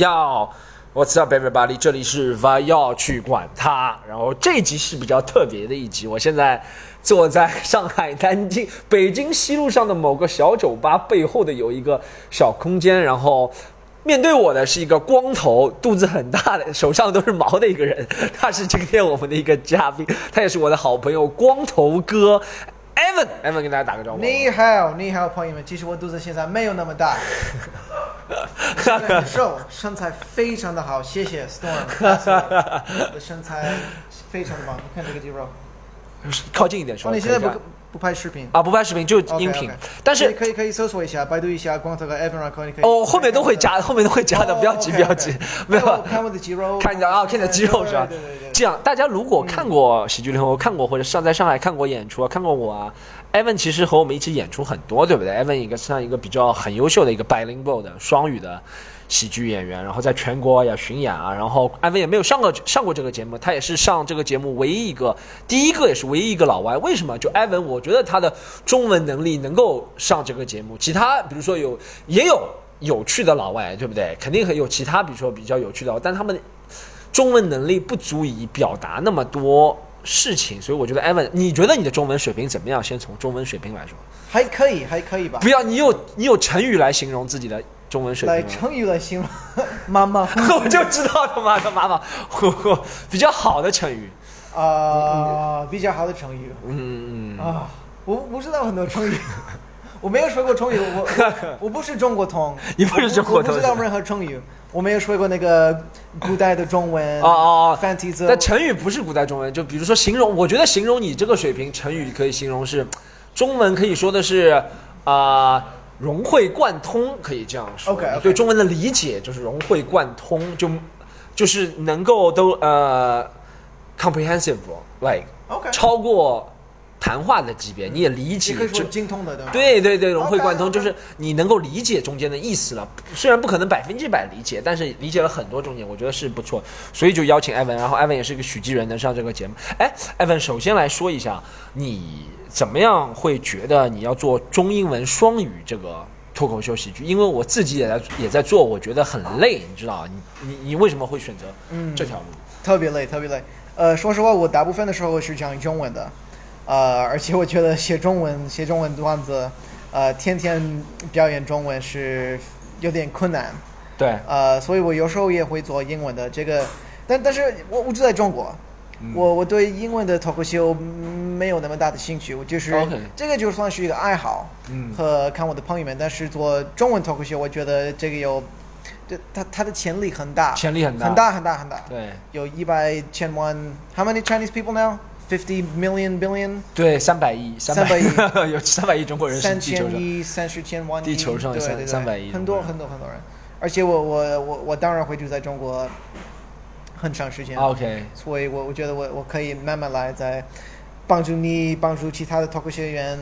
要 What's up, everybody？这里是 v i o 去管它。然后这一集是比较特别的一集，我现在坐在上海、南京、北京西路上的某个小酒吧背后的有一个小空间，然后。面对我的是一个光头、肚子很大的、手上都是毛的一个人，他是今天我们的一个嘉宾，他也是我的好朋友光头哥 Evan。Evan 跟大家打个招呼。你好，你好，朋友们。其实我肚子现在没有那么大，现在很瘦，身材非常的好。谢 谢 Storm，我的身材非常的棒。你看这个肌肉。靠近一点说。哦，你现在可以这不样不拍视频？啊，不拍视频就音频 OK，OK 但是可以可以可以搜索一下，百度一下光头哥 Evan r a c o 你可以。哦，后面都会加，后面都会加的，哦不要急，不要急 OK，OK， 哦没有啊看我看我的肌肉，看你的啊，看你的肌肉是吧对对对？对。这样，大家如果看过喜剧联合国，看过或者上在上海看过演出啊，看过我啊，Evan 其实和我们一起演出很多，对不对？Evan 一个像一个比较很优秀的一个 bilingual 的双语的喜剧演员，然后在全国也巡演啊，然后 Evan 也没有上过上过这个节目，他也是上这个节目唯一一个第一个也是唯一一个老外。为什么？就 Evan，我觉得他的中文能力能够上这个节目，其他比如说有也有。有趣的老外，对不对？肯定很有其他，比如说比较有趣的老外，但他们中文能力不足以表达那么多事情，所以我觉得 Evan，你觉得你的中文水平怎么样？先从中文水平来说，还可以，还可以吧不。要你有你有成语来形容自己的中文水来平吗？成语来形容，妈妈 我就知道他妈的妈妈，比较好的成语，啊，比较好的成语。嗯，，啊，我不知道很多成语，我没有说过成语，我我我不是中国通 你不是中国通我不我不知道任何成语，我没有说过那个古代的中文哦哦哦繁体字但成语不是古代中文，就比如说形容，我觉得形容你这个水平，成语可以形容是，中文可以说的是啊、融会贯通，可以这样说。 OK，OK 对中文的理解就是融会贯通，就就是能够都呃 comprehensible，like OK 超过谈话的级别，你也理解也可以说这精通的，对吧？对对对，融会贯通 OK，OK 就是你能够理解中间的意思了，虽然不可能百分之百理解，但是理解了很多中间，我觉得是不错，所以就邀请艾文，然后艾文也是一个许继人，能上这个节目。哎，艾文，首先来说一下，你怎么样会觉得你要做中英文双语这个脱口秀喜剧？因为我自己也在也在做，我觉得很累，你知道，你你你为什么会选择嗯这条路？特别累，特别累。呃，说实话，我大部分的时候是讲中文的，呃，而且我觉得写中文、写中文段子，呃，天天表演中文是有点困难。对，呃，所以我有时候也会做英文的这个，但但是我我住在中国，嗯我我对英文的脱口秀嗯没有那么大的兴趣，我就是哦 OK 这个就算是一个爱好，嗯和看我的朋友们，但是做中文脱口秀，我觉得这个有，这它它的潜力很大，潜力很大很大很大很大，对有一百千万，How many Chinese people now? Fifty million billion，对，三百亿，三300百 有三百亿中国人是三地球千人。亿、三十千万亿，地球上对三对对300亿很中国多人很多很多人。而且我我我我当然会住在中国很长时间，啊 OK，所以我我觉得我我可以慢慢来，再帮助你，帮助其他的脱口秀演员、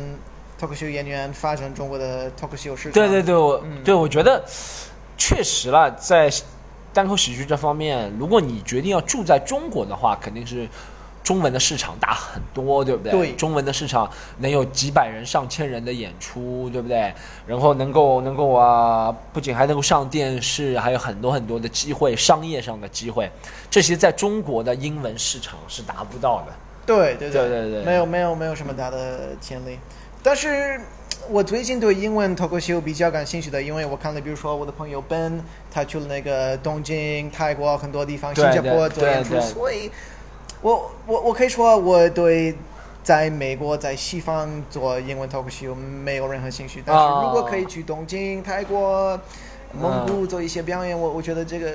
脱口秀演员发展中国的脱口秀市场。对对对，我、嗯对我觉得确实啦，在单口喜剧这方面，如果你决定要住在中国的话，肯定是中文的市场大很多，对不对？对中文的市场能有几百人、上千人的演出，对不对？然后能够能够啊，不仅还能够上电视，还有很多很多的机会，商业上的机会，这些在中国的英文市场是达不到的。对对对对对对没有没有没有什么大的潜力，但是。我最近对英文脱口秀比较感兴趣的，因为我看了，比如说我的朋友 Ben，他去了那个东京、泰国很多地方，对新加坡对做演对出，对所以我我我可以说我对在美国在西方做英文脱口秀没有任何兴趣，但是哦如果可以去东京、泰嗯国、蒙古做一些表演，我我觉得这个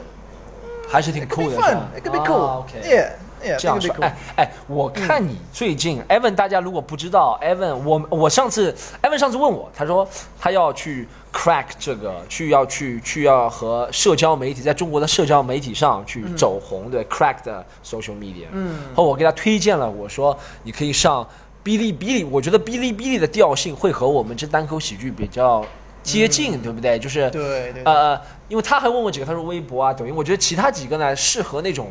还是挺 it could 酷 be 的， fun, 是 it 吧 could be 啊 cool, OK yeah, yeah, 这样 it could 说 be，cool. 哎哎，我看你最近 Evan，大家如果不知道 Evan，我我上次 Evan 上次问我，他说他要去 crack 这个，去要去去要和社交媒体在中国的社交媒体上去走红，对 crack 的 social media。嗯，然后我给他推荐了，我说你可以上哔哩哔哩，我觉得哔哩哔哩的调性会和我们这单口喜剧比较接近，对不嗯对？就是对对对呃，因为他还问我几个，他说微博啊、抖音，我觉得其他几个呢适合那种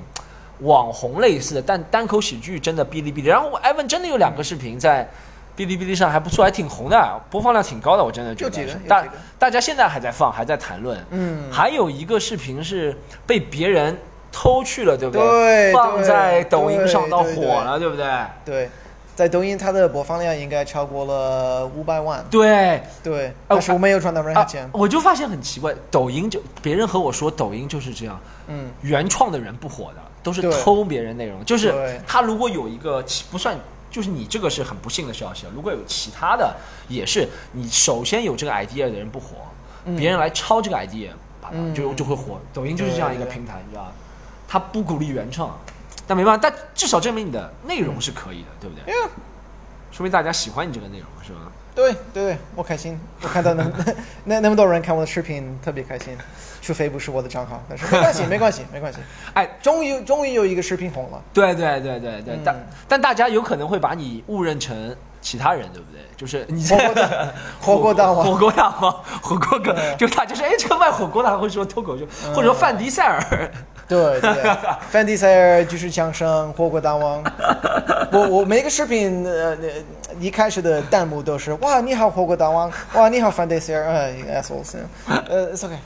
网红类似的，但单口喜剧真的哔哩哔哩。然后我 Evan 真的有两个视频在哔哩哔哩上还不错，还挺红的，播放量挺高的，我真的觉有几得个是有大几个大家现在还在放，还在谈论。嗯，还有一个视频是被别人偷去了，对不对放对在抖音上对到对火了，对不对？对，在抖音它的播放量应该超过了五百万，对，对，但是我没有赚到任哦何啊钱，，我就发现很奇怪，抖音就别人和我说抖音就是这样，嗯，原创的人不火的，都是对偷别人内容。就是对他如果有一个其不算，就是你这个是很不幸的消息。如果有其他的，也是你首先有这个 idea 的人不火，嗯别人来抄这个 idea，把它嗯就就会火。抖音就是这样一个对对平台，你知道吧？他不鼓励原创，但没办法，但至少证明你的内容是可以的，对不对？ Yeah，说明大家喜欢你这个内容，是吧？对对，我开心，我看到那 那那么多人看我的视频，特别开心，除非不是我的账号，但是没关系，没关系，没关系，哎，终于终于有一个视频红了，对对对对对，嗯但但大家有可能会把你误认成其他人，对不对？就是你火 锅大火锅大王火锅大王， 火锅哥，对嗯就大家说，哎，这个卖火锅的还会说脱口秀，或者说范迪塞尔，对对，范迪塞尔就是枪声，火锅大王。我我每个视频呃呃一开始的弹幕都是哇你好火锅大王，哇你好范迪塞尔，呃 you assholes，呃 it's okay,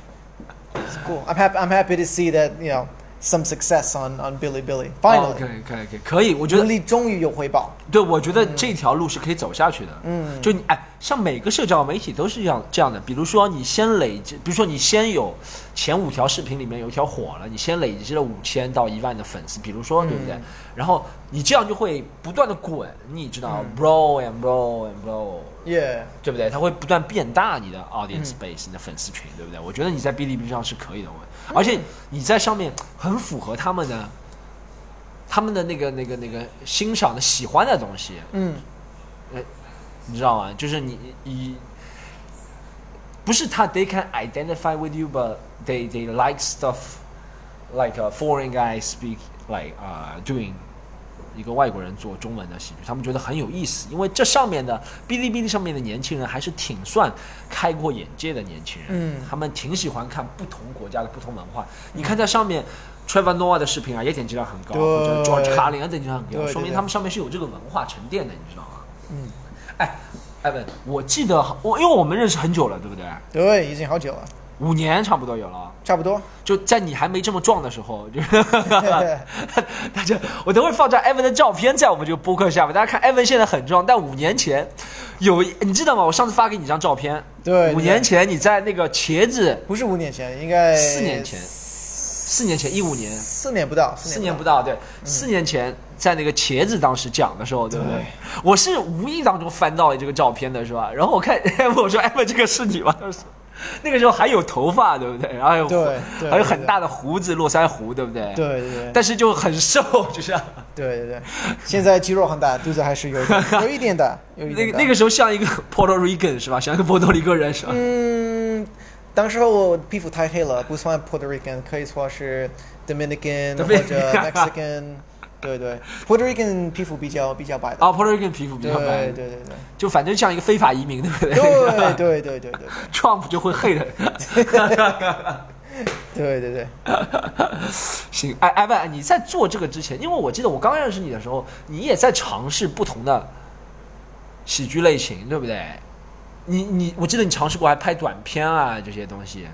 it's cool. I'm happy I'm happy to see that you know some success on on Billy Billy 哦 finally，可以可以可以，可以，我觉努得，力终于有回报。对，我觉得这条路是可以走下去的。嗯就你哎，像每个社交媒体都是这样这样的，比如说你先累积，比如说你先有前五条视频里面有一条火了，你先累积了五千到一万的粉丝，比如说对不对？嗯然后你这样就会不断的滚，你知道、b 嗯 r o and bro and bro， Yeah，对不对？它会不断变大你的 audience base，、你的粉丝群，对不对？我觉得你在哔哩哔哩上是可以的，我，而且你在上面很符合他们的。他们的那个、那个、那个欣赏的、喜欢的东西，嗯，你知道吗？就是你你不是他，they can identify with you, but they they like stuff like a foreign guy speak like 啊、doing 一个外国人做中文的喜剧，他们觉得很有意思，因为这上面的哔哩哔哩上面的年轻人还是挺算开阔眼界的年轻人，嗯嗯他们挺喜欢看不同国家的不同文化。你看在上面。Trevor Noah 的视频啊，也点击量很高，对或者 George Carlin 啊，点击量很对高，对说明对他们上面是有这个文化沉淀的，你知道吗？嗯，哎，艾文，我记得好我因为我们认识很久了，对不对？对，已经好久了，五年差不多有了，差不多。就在你还没这么壮的时候，就是 大家，我等会儿放张艾文的照片在我们这个播客下面，大家看艾文现在很壮，但五年前有一你知道吗？我上次发给你一张照片，对五年前你在那个茄子，不是五年前，应该四年哎前四年前一五年，四年不到，四四年年不不到，对，四年前在那个茄子当时讲的时候，对不对？嗯对我是无意当中翻到了这个照片的，是吧？然后我看， 我说：“艾哎文，这个是你吗？”他说：“那个时候还有头发，对不对？然后还有对对还有很大的胡子，络腮胡，对不对？到。对对对。但是就很瘦，就像对对对，现在肌肉很大，肚子还是有一点有一点大，有一那点个大。那个时候像一个 Puerto Rican 是吧？像一个波多黎各人是吧？嗯，当时候我皮肤太黑了，不算 Puerto Rican，可以说是 Dominican 或 Dominican 者 Mexican。对对，Puerto Rican 皮肤比较比较白的。啊，Puerto Rican 皮肤比对较白对，对对就反正像一个非法移民，对不对？对对对对对 Trump 就会 hate 对对对对，行，哎哎，不，你在做这个之前，因为我记得我刚认识你的时候，你也在尝试不同的喜剧类型，对不对？你你，我记得你尝试过还拍短片啊这些东西。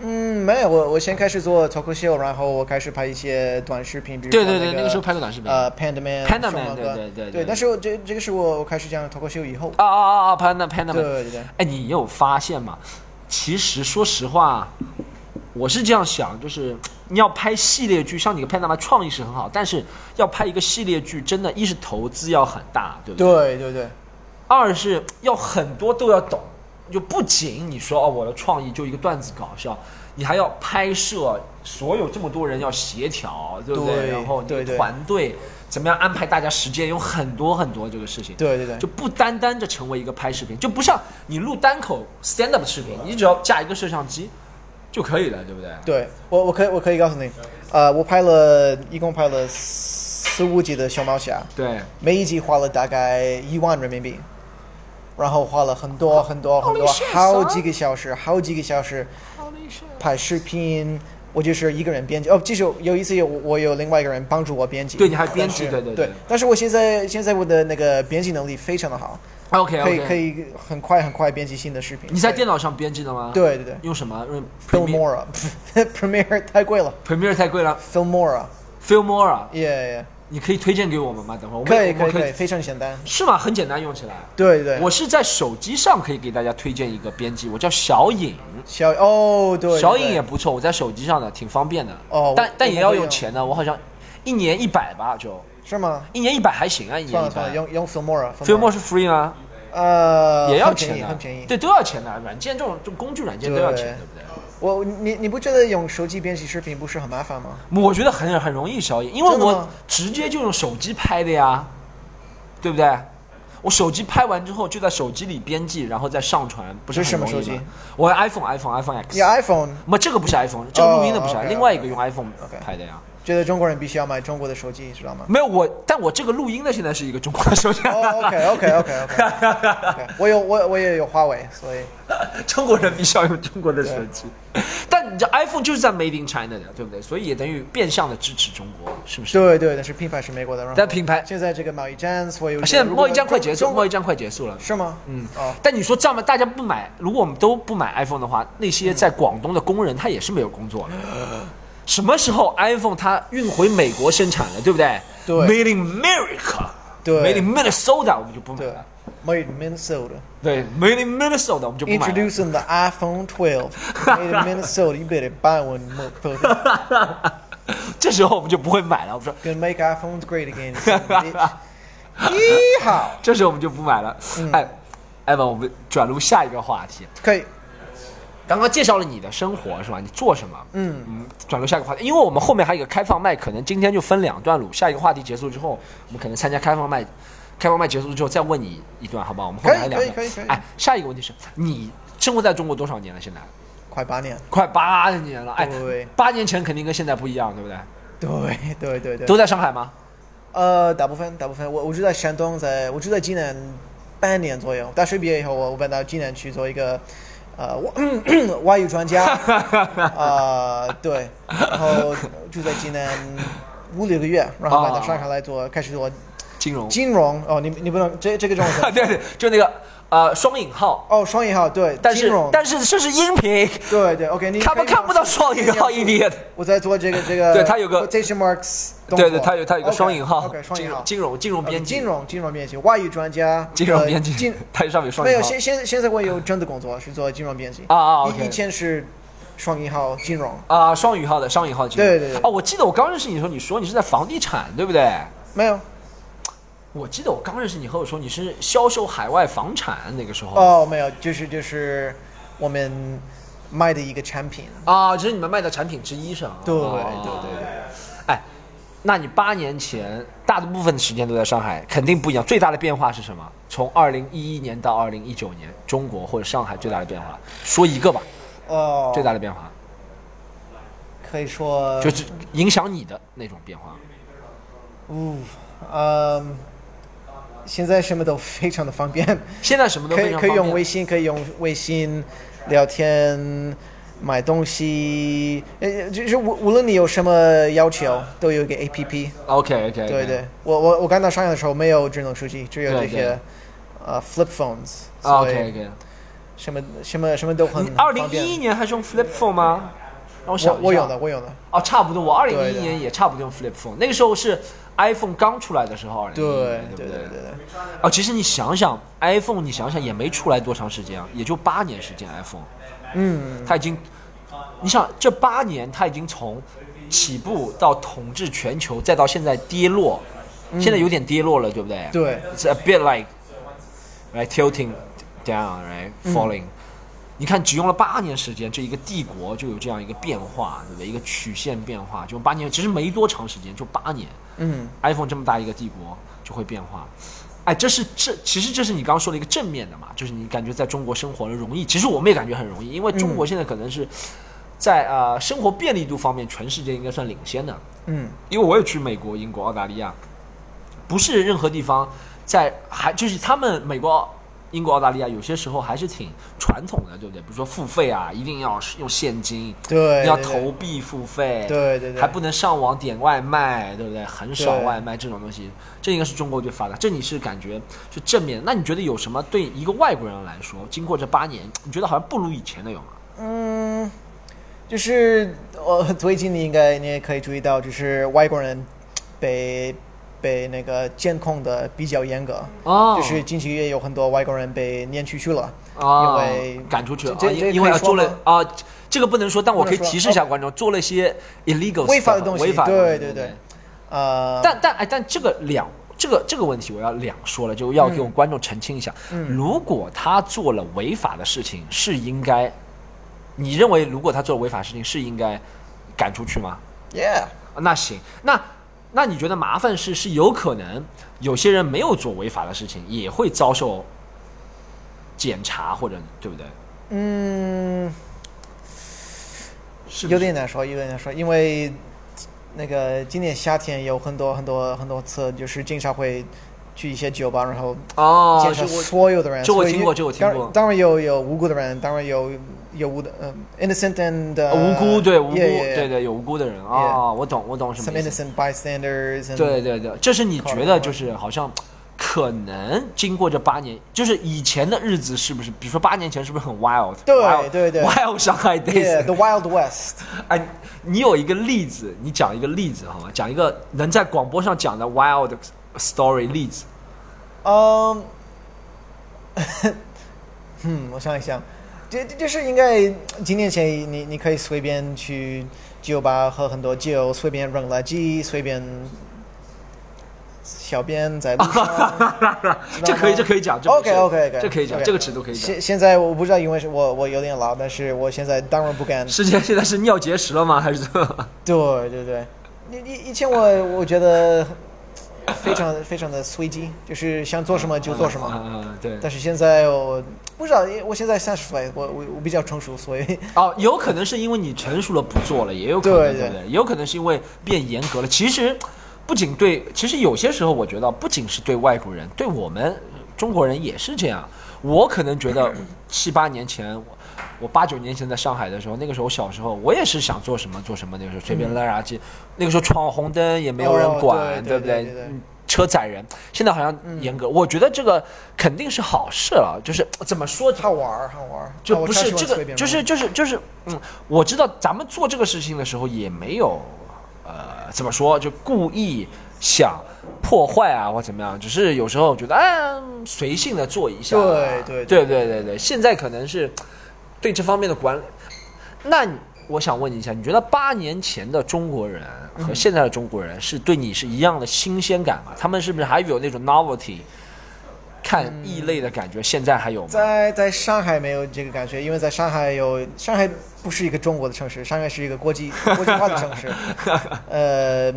嗯，没有，我我先开始做脱口秀，然后我开始拍一些短视频，比如对说对对，那那个时候拍过短视频。呃 Panda Man Panda 双 Man，盲对哥对对对对，但是我这这个是我我开始讲脱口秀以后，啊啊啊啊！拍那拍那。对对对，哎，你有发现吗？其实说实话，我是这样想，就是你要拍系列剧，像你个拍那么创意是很好，但是要拍一个系列剧，真的，一是投资要很大，对不对？对对对。二是要很多都要懂，就不仅你说哦我的创意就一个段子搞笑，你还要拍摄，所有这么多人要协调，对不对然后你对的对团队怎么样安排大家时间，有很多很多这个事情。对对对就不单单的成为一个拍视频，就不像你录单口 stand up 的视频，你只要架一个摄像机就可以了，对不对？对我，我可以，我可以告诉你，呃，我拍了一共拍了四五集的《熊猫侠》，对。每一集花了大概一万人民币，然后花了很多很多很多 Holy shit, 好几个小时，好几个小时拍视频。我就是一个人编辑哦，其实有一次有我我有另外一个人帮助我编辑，对你还编辑但是对对对对但是我现在现在我的那个编辑能力非常的好， OK 可以 OK，可以很快很快编辑新的视频。你在电脑上编辑的吗？，对对对用什么？用 Premiere ，Filmora，Premiere 太贵了 Premiere 太贵了，Filmora，yeah ，Filmora， yeah，你可以推荐给我们吗？等会儿我们可以我们可以可可以，非常简单。是吗？很简单用起来。对对，我是在手机上可以给大家推荐一个编辑，我叫小影，小哦对，对小影也对不错，我在手机上的挺方便的。哦但我但我也要会用用钱的，我好像一年一百吧，就是吗？一年一百还行啊，一年算一了算了，百。用用 Filmora， Filmore 是 free 吗？呃也要很便钱宜的，很便宜。对，都要钱的。软件这种这种工具软件都要钱，对对不对？我你你不觉得用手机编辑视频不是很麻烦吗？我觉得很很容易消音，因为真的吗我直接就用手机拍的呀，对不对？我手机拍完之后就在手机里编辑，然后再上传，不是这是很什么容易手机吗？我 iPhone iPhone iPhone X。你 iPhone 那这个不是 iPhone，这个录音的不是，哦，OK，另外一个用 iPhone OK，OK 拍的呀。觉得中国人必须要买中国的手机，知道 吗？没有我，但我这个录音的现在是一个中国的手机。哦，OK，OK，OK，OK，我有我我也有华为，所以 中国人必须要用中国的手机。但你这 iPhone 就是在 Made in China 的，对不对？所以也等于变相的支持中国，是不是？对对，但是品牌是美国的。然后但品牌现在这个贸易战，所以我觉得现在如果贸易战快结束，中国贸易战快结束了。是吗？嗯哦，但你说这样吧，大家不买，如果我们都不买 iPhone 的话，那些在广东的工人他也是没有工作的。什么时候 iPhone 它运回美国生产了，对不对？对，Made in America，对，Made in Minnesota 我们就不买对了。 ，Made in Minnesota。对，Made in Minnesota 我们就不买了。 Introducing the iPhone 12 made in Minnesota. You better buy one, motherfucker. 这时候我们就不会买了。我们说， Gonna make iPhones great again. son of a bitch. Yeehaw！这时候我们就不买了。嗯哎，艾文，我们转入下一个话题。可以，刚刚介绍了你的生活是吧？你做什么？嗯嗯，转入下一个话题，因为我们后面还有一个开放麦，可能今天就分两段录。下一个话题结束之后，我们可能参加开放麦，开放麦结束之后再问你一段，好不好？我们后面还有两段。可以可以可以可以哎，下一个问题是你生活在中国多少年了？现在快八年。快八年了。哎对，八年前肯定跟现在不一样，对不对？对对对对。都在上海吗？呃，大部分大部分，我我住在山东，在我住在济南半年左右。大学毕业以后，我我搬到济南去做一个呃外 外语专家。呃，对，然后住在济南五六个月，然后搬啊到上海来做，开始做金融。金融。哦，你你不能这这个重 要。对对，就那个呃双引号，哦，双引号对，但金是融但是这是音频，对对，OK，你他们可以看不到双引号，idiot。我在做这个这个，对它有个 quotation marks，对对，他有他有个双引号 o k，双金引号融，金融金融编辑，金融金融编辑，外语专家， 金融呃编辑，金它上面有双没引有，号现现现在我有真的工作是做金融编辑啊啊以 OK 以前是双引号金融，啊，双引号的双引号的金融。对对对哦，我记得我刚认识你的时候，你说你是在房地产，对不对？没有我记得我刚认识你和我说你是销售海外房产那个时候哦，没有，就是就是我们卖的一个产品，啊，这是你们卖的产品之一是吧？对对哦对对。哎，那你八年前大部分的时间都在上海，肯定不一样。最大的变化是什么？从二零一一年到二零一九年，中国或者上海最大的变化，说一个吧，哦，最大的变化可以说就是影响你的那种变化。呜，嗯，现在什么都非常的方便，现在什么都可非以常可以方用便微信，可以用微信聊天。买东西，呃，就是无无论你有什么要求，啊都有一个 A P P， OK OK，对对，我我我刚到上海的时候没有智能手机，只有对这对啊些呃 flip phones，所 OK 以 OK。什么什么什么都很你二很零方一一便。年还是用 Flip Phone 吗？让我想我一下，我有的，我有的，哦，差不多，我二零一对一对年也差不多用 Flip Phone，那个时候是 iPhone 刚出来的时候，二零一一对年，对不对对？对。哦，其实你想想，iPhone 你想想也没出来多长时间啊，也就八年时间，iPhone，嗯，它已经，你想这八年它已经从起步到统治全球，再到现在跌落，现在有点跌落了，对不对？嗯对 It's a bit like right tilting down, right falling、你看，只用了八年时间，这一个帝国就有这样一个变化，对不对？一个曲线变化，就八年，其实没多长时间，就八年。嗯 iPhone 这么大一个帝国就会变化。哎，这是这其实这是你刚刚说的一个正面的嘛，就是你感觉在中国生活的容易，其实我们也感觉很容易，因为中国现在可能是在啊、呃生活便利度方面，全世界应该算领先的。嗯，因为我也去美国、英国、澳大利亚，不是任何地方在还就是他们美国、英国、澳大利亚有些时候还是挺传统的，对不对？比如说付费啊，一定要是用现金，对，要对投，币付费，对对对，还不能上网点外卖，对不对？很少对外卖这种东西，这应该是中国最发达。这你是感觉就正面？那你觉得有什么对一个外国人来说，经过这八年，你觉得好像不如以前的有吗？嗯，就是呃， 最近你应该你也可以注意到，就是外国人被被那个监控的比较严格，哦，就是近期也有很多外国人被撵出去了，啊，因为赶出去了，这啊这这因因为可以啊说做吗了啊，这个不能说，但我可以不能说提示一下观众，做了一些 illegal 违法的 stuff，东西违法的对东西对对对。呃，但但哎，但这个两这个这个问题我要两说了，就要给我嗯观众澄清一下。嗯如果他做了违法的事情，是应该，你认为如果他做了违法事情是应该赶出去吗？ yeah，啊那行，那那你觉得麻烦是是有可能有些人没有做违法的事情也会遭受检查或者对不对？嗯，是不是有点难说，有点难说，因为那个今年夏天有很多很多很多次，就是经常会去一些酒吧，然后哦，检查就我所有的人，这我所以听过这我听当过当然有有无辜的人，当然有有无的，嗯，innocent and、呃无辜对无辜 yeah, yeah, 对对有无辜的人啊、 Yeah 我懂我懂什 Some 么意思。 innocent bystanders and 对对对，这是你觉得就是好像可能经过这八年，就是以前的日子是不是？比如说八年前是不是很 wild？对 wild- 对对，wild 上海 days。 yeah，the wild west，哎，你有一个例子，你讲一个例子好吗？讲一个能在广播上讲的 wild story 例子。嗯，嗯，我想一想，这这就是应该几年前你你可以随便去酒吧喝很多酒，随便扔垃圾，随便小便在路上。这可以，这可以讲。这不是 OK OK OK，这可以讲，这个尺度可以讲。现现在我不知道，因为是我我有点老，但是我现在当然不敢。世界现在是尿结石了吗？还是 怎么？对对对，以以以前我我觉得非常非常的随机，就是想做什么就做什么。嗯？嗯对。但是现在我不知道，因为我现在三十岁，我我我比较成熟，所以 哦，有可能是因为你成熟了不做了，也有可能对对不对对？也有可能是因为变严格了。其实不仅对，其实有些时候我觉得不仅是对外国人，对我们中国人也是这样。我可能觉 得七八年前，我我八九年前在上海的时候，那个时候小时候，我也是想做什么做什么，那个时候随便扔垃圾，那个时候闯红灯也没有人嗯哦管，对不对对对嗯对嗯车载人，现在好像严格，我觉得这个肯定是好事了。就是嗯怎么说，好玩儿好玩儿。就啊我不超是喜欢这随个，便就是玩就是就是，嗯，我知道咱们做这个事情的时候也没有，呃，怎么说，就故意想破坏啊或怎么样，只是有时候觉得，哎，随性的做一下啊，对对对对对对，现在可能是对这方面的管理。那你我想问你一下，你觉得八年前的中国人嗯和现在的中国人是对你是一样的新鲜感吗？他们是不是还有那种 novelty？看嗯异类的感觉，现在还有吗？在在上海没有这个感觉，因为在上海有上海不是一个中国的城市，上海是一个国际国际化的 城市，呃，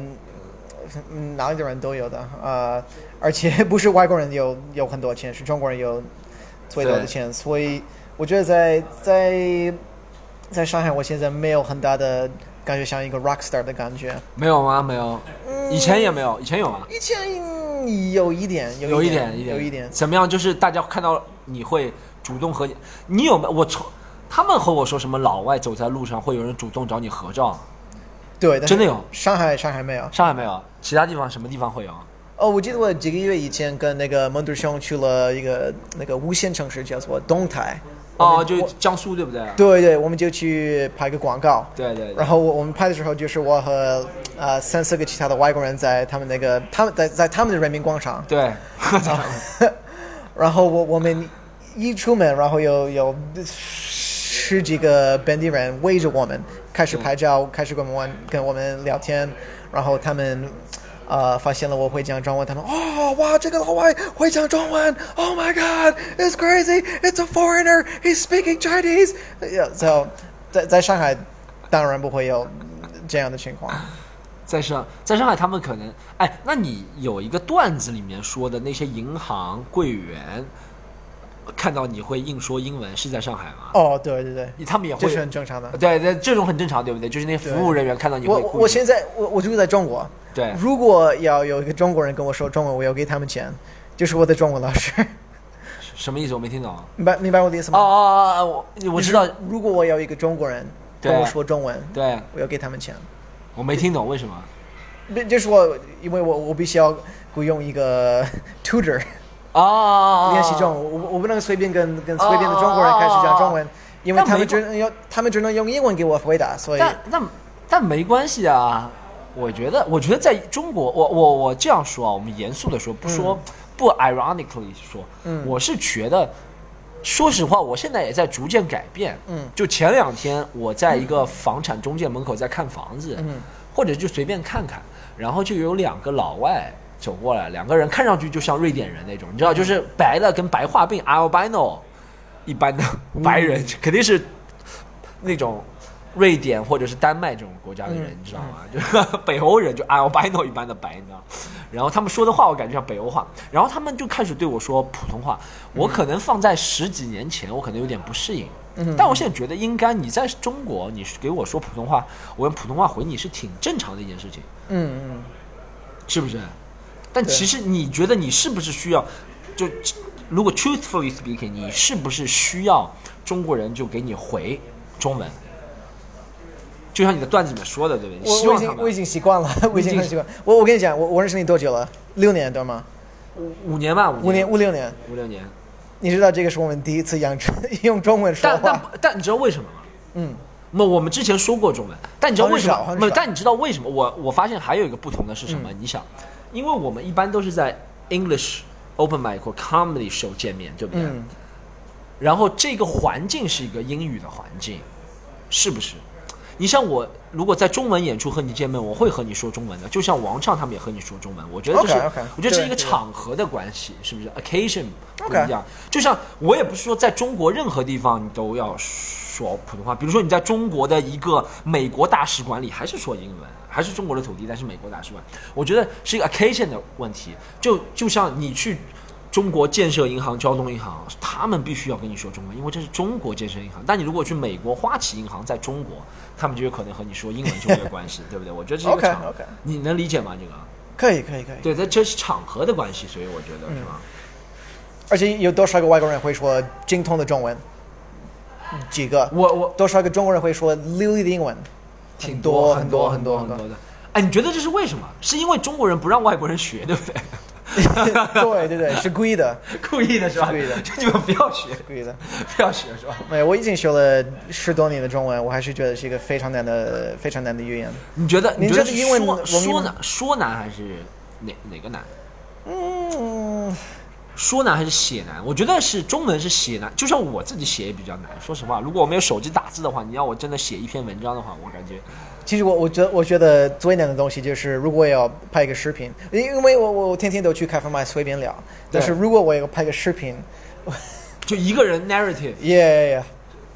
嗯哪里的人都有的，呃，而且不是外国人有有很多钱，是中国人有最多的对钱，所以我觉得在在在上海，我现在没有很大的感觉像一个 rock star 的感觉，没有吗？没有，以前也没有，以前有吗？以前有一点，有一点，有一点，怎么样？就是大家看到你会主动和你，你有没？我从他们和我说什么，老外走在路上会有人主动找你合照，对，但是真的有。上海上海没有。上海没有，其他地方什么地方会有？哦，我记得我几个月以前跟那个蒙德兄去了一个那个无线城市，叫做东台。我哦，们就我江苏对不对？对对，我们就去拍个广告。对对对 然后我我们拍的时候，就是我和呃三四个其他的外国人在他们那个他们在在他们的人民广场，对， 然后我我们一出门，然后有有十几个本地人围着我们，开始拍照，开始跟我们跟我们聊天，然后他们。呃，发现了我会讲中文，他们哦哇，这个老外会讲中文，Oh my God，it's crazy，it's a foreigner，he's speaking Chinese。so 在在上海，当然不会有这样的情况。在上在上海，他们可能哎，那你有一个段子里面说的那些银行柜员看到你会硬说英文，是在上海吗？哦，对对对，他们也会这是很正常的。对对，这种很正常，对不对？就是那些服务人员看到你我会我故意我现在我我住在中国，对如果要有一个中国人跟我说中文，我要给他们钱，就是我的中文老师。什么意思？我没听懂。明白明白我的意思哦吗？哦哦，我我知道就，嗯是如果我有一个中国人对啊跟我说中文，对我要给他们钱。我没听懂为什么。那就是我，因为我我必须要雇佣一个 tutor 哦哦哦，哦练习中文，我我不能随便跟跟随便的中国人开始讲中文，因为那他没们只能用他们只能用英文给我回答，所以但那但没关系啊，我觉得，我觉得在中国，我我我这样说啊，我们严肃的说，不说、不 ironically 说，嗯我是觉得，说实话，我现在也在逐渐改变，嗯就前两天我在一个房产中介门口在看房子，嗯或者就随便看看，然后就有两个老外。走过来，两个人看上去就像瑞典人那种，你知道，就是白的跟白化病 albino 一般的嗯白人，肯定是那种瑞典或者是丹麦这种国家的人，嗯你知道吗？ 就是北欧人，就啊 albino 一般的白，你知道。然后他们说的话，我感觉像北欧话。然后他们就开始对我说普通话，我可能放在十几年前，我可能有点不适应。嗯但我现在觉得，应该你在中国，你给我说普通话，我用普通话回你是挺正常的一件事情，嗯是不是？但对其实你觉得你是不是需要，就如果 truthfully speaking，你是不是需要中国人就给你回中文？就像你的段子里面说的，对不对？嗯，你我希我已望他经我已们经习惯了，我已经你已经很习惯。我我跟你讲，我我认识你多久了？六年对吗？五五年吧，五五年五六年。五六年。你知道这个是我们第一次用 用中文说但但话，但你知道为什么吗？嗯那我们之前说过中文，但你知道为什很少么？很没有少嗯但你知道为什么？我我发现还有一个不同的是什么？你想，因为我们一般都是在 English open mic 或 comedy show 见面，对不对？嗯然后这个环境是一个英语的环境，是不是？你像我，如果在中文演出和你见面，我会和你说中文的，就像王畅他们也和你说中文。我觉得这是 OK，OK，我觉得这是对一个对场合的关系，是不是？occasion 不 OK 一样。就像我也不是说在中国任何地方你都要说普通话，比如说你在中国的一个美国大使馆里还是说英文，还是中国的土地，但是美国大使馆，我觉得是一个 occasion 的问题。就就像你去。中国建设银行、交通银行，他们必须要跟你说中文，因为这是中国建设银行。但你如果去美国花旗银行，在中国，他们就有可能和你说英文就没有关系，对不对？我觉得这是一个 OK，场合 OK 你能理解吗？这个？可以可以可以。对，这这是场合的关系，所以我觉得、嗯是吧？而且有多少个外国人会说精通的中文？几个？我我多少个中国人会说流利的英文？挺很多很多很多很很多的。哎，你觉得这是为什么？是因为中国人不让外国人学，对不对？ 对对对，是故意的，故意的是吧？故意的 就你们不要学，故意的。不要学是吧？没有，我已经学了十多年的中文，我还是觉得是一个非常难的、非常难的语言。你觉得你觉得觉得是英文说容易说吗难说难还是哪哪个难？嗯，说难还是写难？我觉得是中文是写难，就像我自己写也比较难。说实话，如果我没有手机打字的话，你要我真的写一篇文章的话，我感觉其实我我觉得我觉得最难的东西就是，如果要拍一个视频，因因为我我我天天都去开放麦随便聊，但是对如果我要拍个视频就一个人 narrative。 ，yeah yeah。yeah.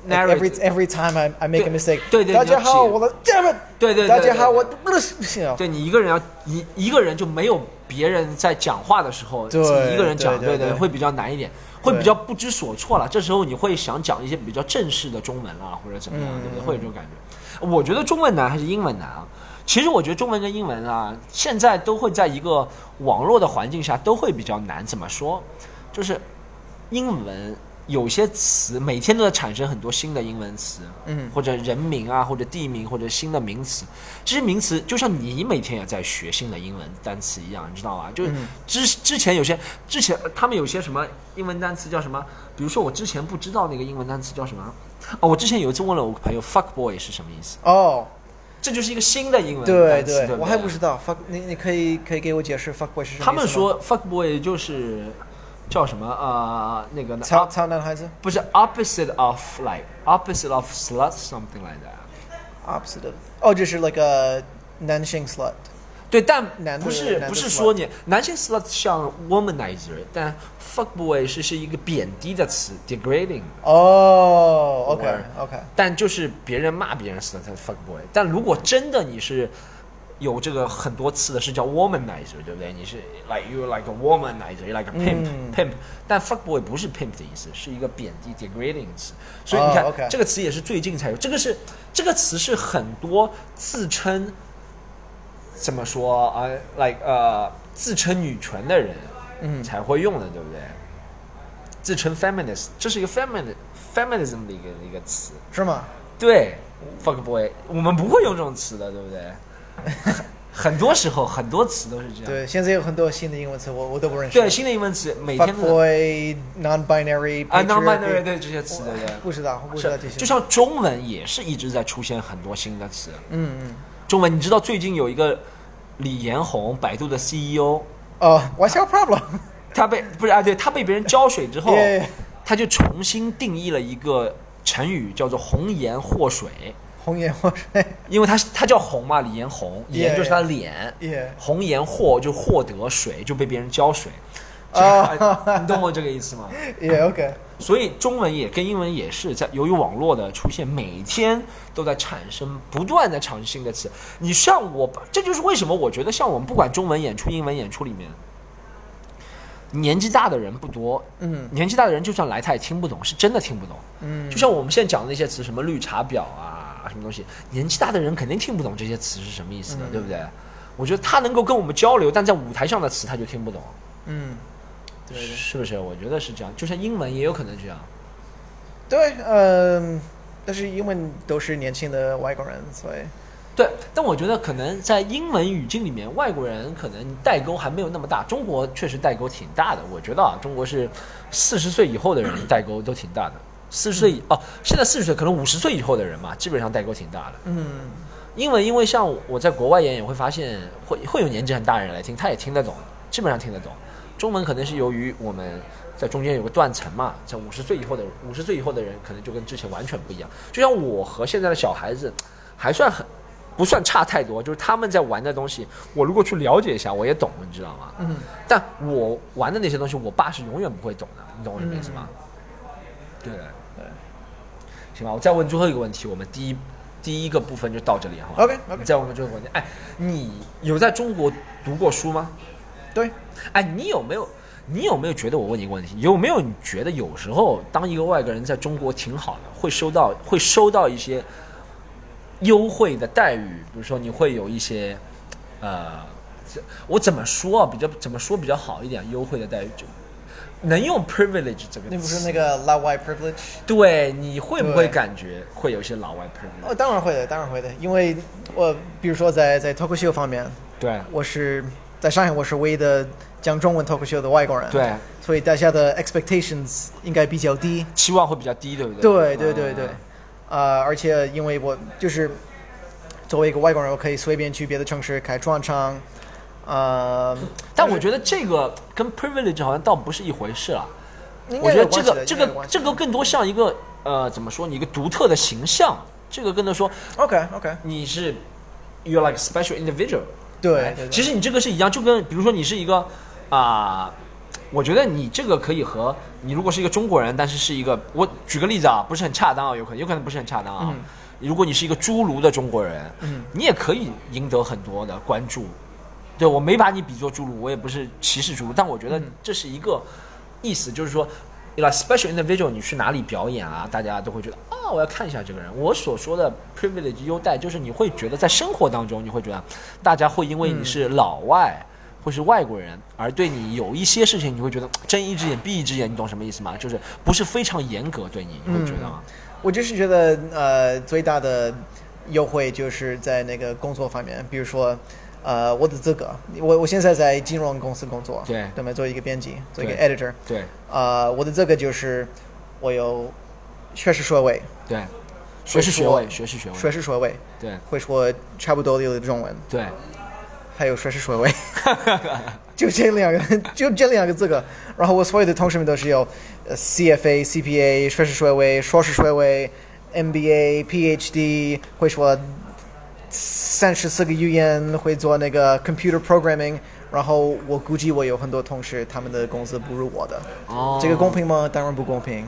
Narrative Every every time I I make a 对 mistake，对对大家你要好，记我的 damn it，对对对大家对好，对我的 you know 对你一个人要一一个人就没有别人在讲话的时候，对自己一个人讲，对对对，对会比较难一点，会比较不知所措了。这时候你会想讲一些比较正式的中文啦，或者怎么嗯样，对不对？会有这种感觉。我觉得中文难还是英文难啊？其实我觉得中文跟英文啊，现在都会在一个网络的环境下都会比较难。怎么说？就是英文有些词每天都在产生很多新的英文词，嗯或者人名啊，或者地名，或者新的名词。这些名词就像你每天也在学新的英文单词一样，你知道吧？就是嗯之之前有些之前他们有些什么英文单词叫什么？比如说我之前不知道那个英文单词叫什么。哦，我之前有一次问了我朋友 “fuck boy” 是什么意思，哦，这就是一个新的英文对单词，对对，我对还不知道 fuck，你你可以可以给我解释 fuck boy 是什么意思吗？他们说 “fuck boy” 就是叫什么啊、呃那个呢操操男孩子不是 opposite of like opposite of slut something like that。 opposite，哦，这是 like a 男性 slut，对，但男的不是男的不是 slut 说你男性 slut 像 womanizer，但 fuck boy 是是一个贬低的词，degrading。哦，OK Or- OK，但就是别人骂别人 slut 才 fuck boy。但如果真的你是有这个很多次的，是叫 womanizer，对不对？你是 like you like a womanizer，you like a pimp、嗯 pimp。但 fuck boy 不是 pimp 的意思，是一个贬低 degrading 的词。所以你看、哦，OK 这个词也是最近才有，这个是这个词是很多自称怎么说啊、l i k e 呃、自称女权的人嗯才会用的，对不对？自称 feminist，这是一个 feminist feminism 的一个一个词。是吗？对，fuck boy，我们不会用这种词的，对不 对？很多时候，很多词都是这样。对，现在有很多新的英文词，我我都不认识。对，新的英文词每天都 fuckboy、non-binary 啊 patriarchy ，non-binary 对这些词，对不对？不知道，我不知道这是，些。就像中文也是一直在出现很多新的词。嗯嗯。中文，你知道最近有一个李彦宏，百度的 CEO，哦、w h a t s your problem？ 他被不是啊，对他被别人浇水之后 Yeah. 他就重新定义了一个成语，叫做“红颜祸水红颜祸水。”，因为他是他叫红嘛，李彦宏，颜就是他的脸 Yeah. 红颜祸就获得水，就被别人浇水。啊这你懂我这个意思 吗？ Yeah, OK。所以中文也跟英文也是在由于网络的出现，每天都在产生不断的产生新的词。你像我，这就是为什么我觉得像我们不管中文演出、英文演出里面，年纪大的人不多，嗯年纪大的人就算来他也听不懂，是真的听不懂。嗯就像我们现在讲的那些词，什么绿茶婊啊，什么东西，年纪大的人肯定听不懂这些词是什么意嗯思的，对不对？我觉得他能够跟我们交流，但在舞台上的词他就听不懂，嗯，对对是不是？我觉得是这样，就像英文也有可能这样。对，嗯、但是因为都是年轻的外国人，所以对，但我觉得可能在英文语境里面，外国人可能代沟还没有那么大。中国确实代沟挺大的，我觉得啊，中国是四十岁以后的人代沟都挺大的。四十岁以哦，现在四十岁可能五十岁以后的人嘛，基本上代沟挺大的。嗯英文因为像我在国外演，也会发现会会有年纪很大的人来听，他也听得懂，基本上听得懂。中文可能是由于我们在中间有个断层嘛，在五十岁以后的五十岁以后的人，可能就跟之前完全不一样。就像我和现在的小孩子，还算很不算差太多，就是他们在玩的东西，我如果去了解一下，我也懂，你知道吗？嗯但我玩的那些东西，我爸是永远不会懂的，你懂我什么意思吗？对对，行吧，我再问最后一个问题，我们第一第一个部分就到这里好吗 OK，OK 你再问最后一个问题，哎，你有在中国读过书吗？对，哎，你有没有你有没有觉得我问你一个问题，有没有你觉得有时候当一个外国人在中国挺好的，会收到会收到一些优惠的待遇，比如说你会有一些呃，这我怎么说啊？比较怎么说比较好一点？优惠的待遇就能用 privilege 这个词，那不是那个老外 privilege？对，你会不会对感觉会有一些老外 privilege？哦，当然会的，当然会的，因为我比如说在在脱口秀方面，对我是在上海，我是唯一的讲中文脱口秀的外国人，，对，所以大家的 expectations 应该比较低。期望会比较低，对不对？对对对对嗯，呃，而且因为我就是作为一个外国人，我可以随便去别的城市开专场，呃，但我觉得这个跟 privilege 好像倒不是一回事啊。应我该觉得有这关系的个这应该有个关系这个更多像一个呃，怎么说？你一个独特的形象，这个更多说的 OK OK，你是 you're like a special individual 哎。对对，其实实你这个是一样，就跟比如说你是一个啊、我觉得你这个可以和你如果是一个中国人，但是是一个我举个例子啊，不是很恰当啊，有可能有可能不是很恰当啊。如果你是一个侏儒的中国人，嗯你也可以赢得很多的关注。对我没把你比作侏儒，我也不是歧视侏儒，但我嗯觉得这是一个意思，就是说。like special individual，你去哪里表演啊？大家都会觉得啊、我要看一下这个人。我所说的 privilege 优待，就是你会觉得在生活当中，你会觉得大家会因为你是嗯老外、或是外国人，而对你有一些事情，你会觉得睁一只眼闭一只眼，你懂什么意思吗？就是不是非常严格对你，你会觉得吗？我就是觉得呃最大的优惠就是在那个工作方面，比如说。呃，我的资格，我我现在在金融公司工作，对对吗？做一个编辑，做一个对 editor，对呃，我的资格就是我有学士学位，对，学士学我位，学士学学位，士学位对会说差不多的中文，对， 还有学士学位， 就这两个，就这两个资格。然后我所有的同事们都是有呃 CFA、CPA、学士学位、硕士学位、MBA、PhD，会说三十四个语言，会做那个 computer programming。然后我估计我有很多同事，他们的工资不如我的，哦这个公平吗？当然不公平。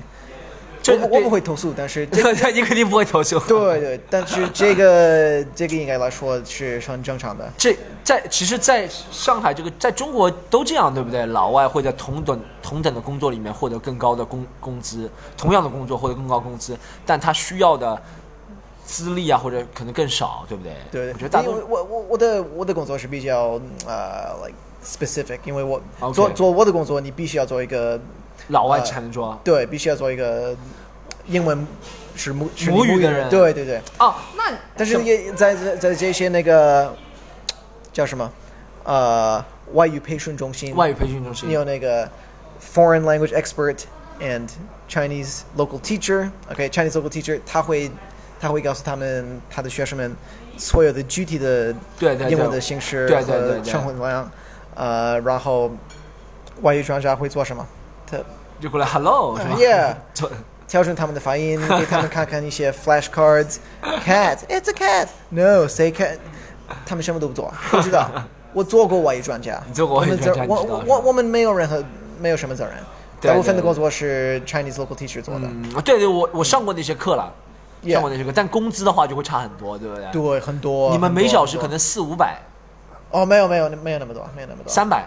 这我不我不会投诉，但是这你肯定不会投诉。对对，但是这个这个应该来说是很正常的。这在其实，在上海这个在中国都这样，对不对？老外会在同等同等的工作里面获得更高的工工资，同样的工作获得更高工资，但他需要的资历啊，或者可能更少，对不对？对，我觉得大因多为我我我的我的工作是比较呃，like specific，因为我 OK 做做我的工作，你必须要做一个老外才能说。对，必须要做一个英文是母是母你语语的人对对对，哦，那但是也在在在这些那个叫什么呃外语培训中心，外语培训中心你有那个 foreign language expert and Chinese local teacher，OK，Chinese、local teacher，他会他会告诉他们他的学生们所有的具体的对对对英文的形式对对对和对生活怎么样，呃，然后外语专家会做什么？他就过来 hello 是吧呃 Yeah 做调整他们的发音，给他们看看一些 flashcards。Cat, it's a cat. No, say cat. 他们什么都不做，不 知道。我做过外语专家，你做过外语专家我们你知道责是吧我我我们没有任何没有什么责任，对大部分的对工作是 Chinese local teacher 做的，嗯，对对，我我上过那些课了 Yeah 上过那些课，但工资的话就会差很多，对不对？对，很多。你们每很多小时可很多能四五百、哦，没有没有没有那么多，没有那么多。三百，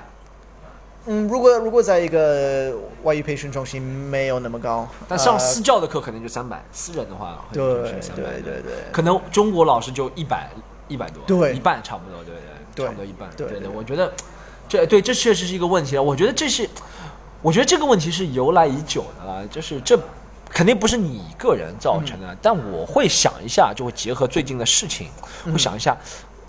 嗯，如果如果在一个外语培训中心没有那么高，但上呃私教的课可能就三百，私人的话会对就是三百对对对可能中国老师就一百一百多，对一半差不多，对不对？对差不多一半，对对对我觉得这对这确实是一个问题了。我觉得这是，我觉得这个问题是由来已久的了，就是这。肯定不是你一个人造成的，嗯但我会想一下，就会结合最近的事情，嗯会想一下，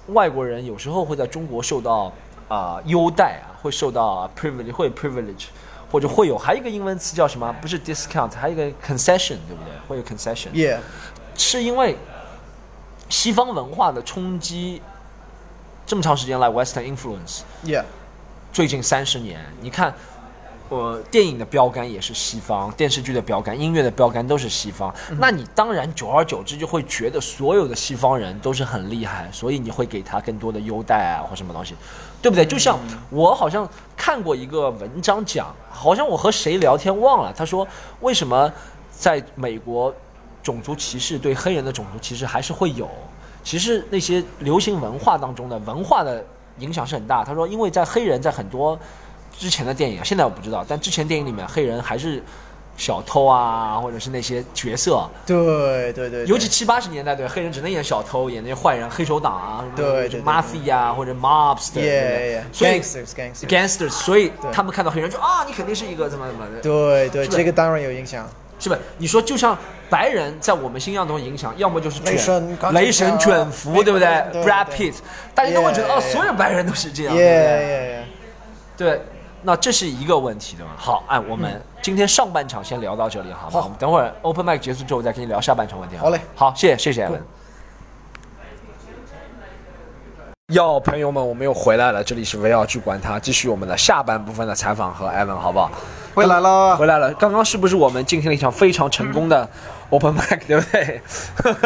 外国人有时候会在中国受到啊、优待啊，会受到啊 privilege，会 privilege，或者会有还有一个英文词叫什么？不是 discount，还有一个 concession，对不对？会有 concession。 ，yeah，是因为西方文化的冲击，这么长时间来 Western influence， yeah，最近三十年，你看，呃，电影的标杆也是西方，电视剧的标杆、音乐的标杆都是西方。那你当然久而久之就会觉得所有的西方人都是很厉害，所以你会给他更多的优待啊，或什么东西，对不对？就像我好像看过一个文章讲，好像我和谁聊天忘了，他说为什么在美国种族歧视对黑人的种族歧视还是会有。其实那些流行文化当中的文化的影响是很大。他说，因为在黑人在很多之前的电影，现在我不知道，但之前电影里面黑人还是小偷啊，或者是那些角色，对对对，尤其七八十年代，对黑人只能演小偷，演那些坏人、黑手党啊，对对对 mafia 啊或者 mobs 的， yeah yeah，所以 gangsters gangsters。 gangsters，所以对他们看到黑人就啊，你肯定是一个怎么怎么的，对对，是吧这个当然有影响。是吧？你说就像白人在我们心象中的影响，要么就是卷雷神钢铁雷神侠卷福，美对不国对人对？Brad 对 Pitt，大家都会觉得 Yeah, 哦， yeah, 所有白人都是这样，耶对不对耶对，那这是一个问题，对吧？好，哎，我们今天上半场先聊到这里，好吗？嗯好我们等会儿 open mic 结束之后再跟你聊下半场问题。吗好嘞嗯好，谢谢，谢谢艾文。哟，朋友们，我们又回来了，这里是围绕去管他，继续我们的下半部分的采访和艾文，好不好？回来了回来了。刚刚是不是我们进行了一场非常成功的 open mic，对不对？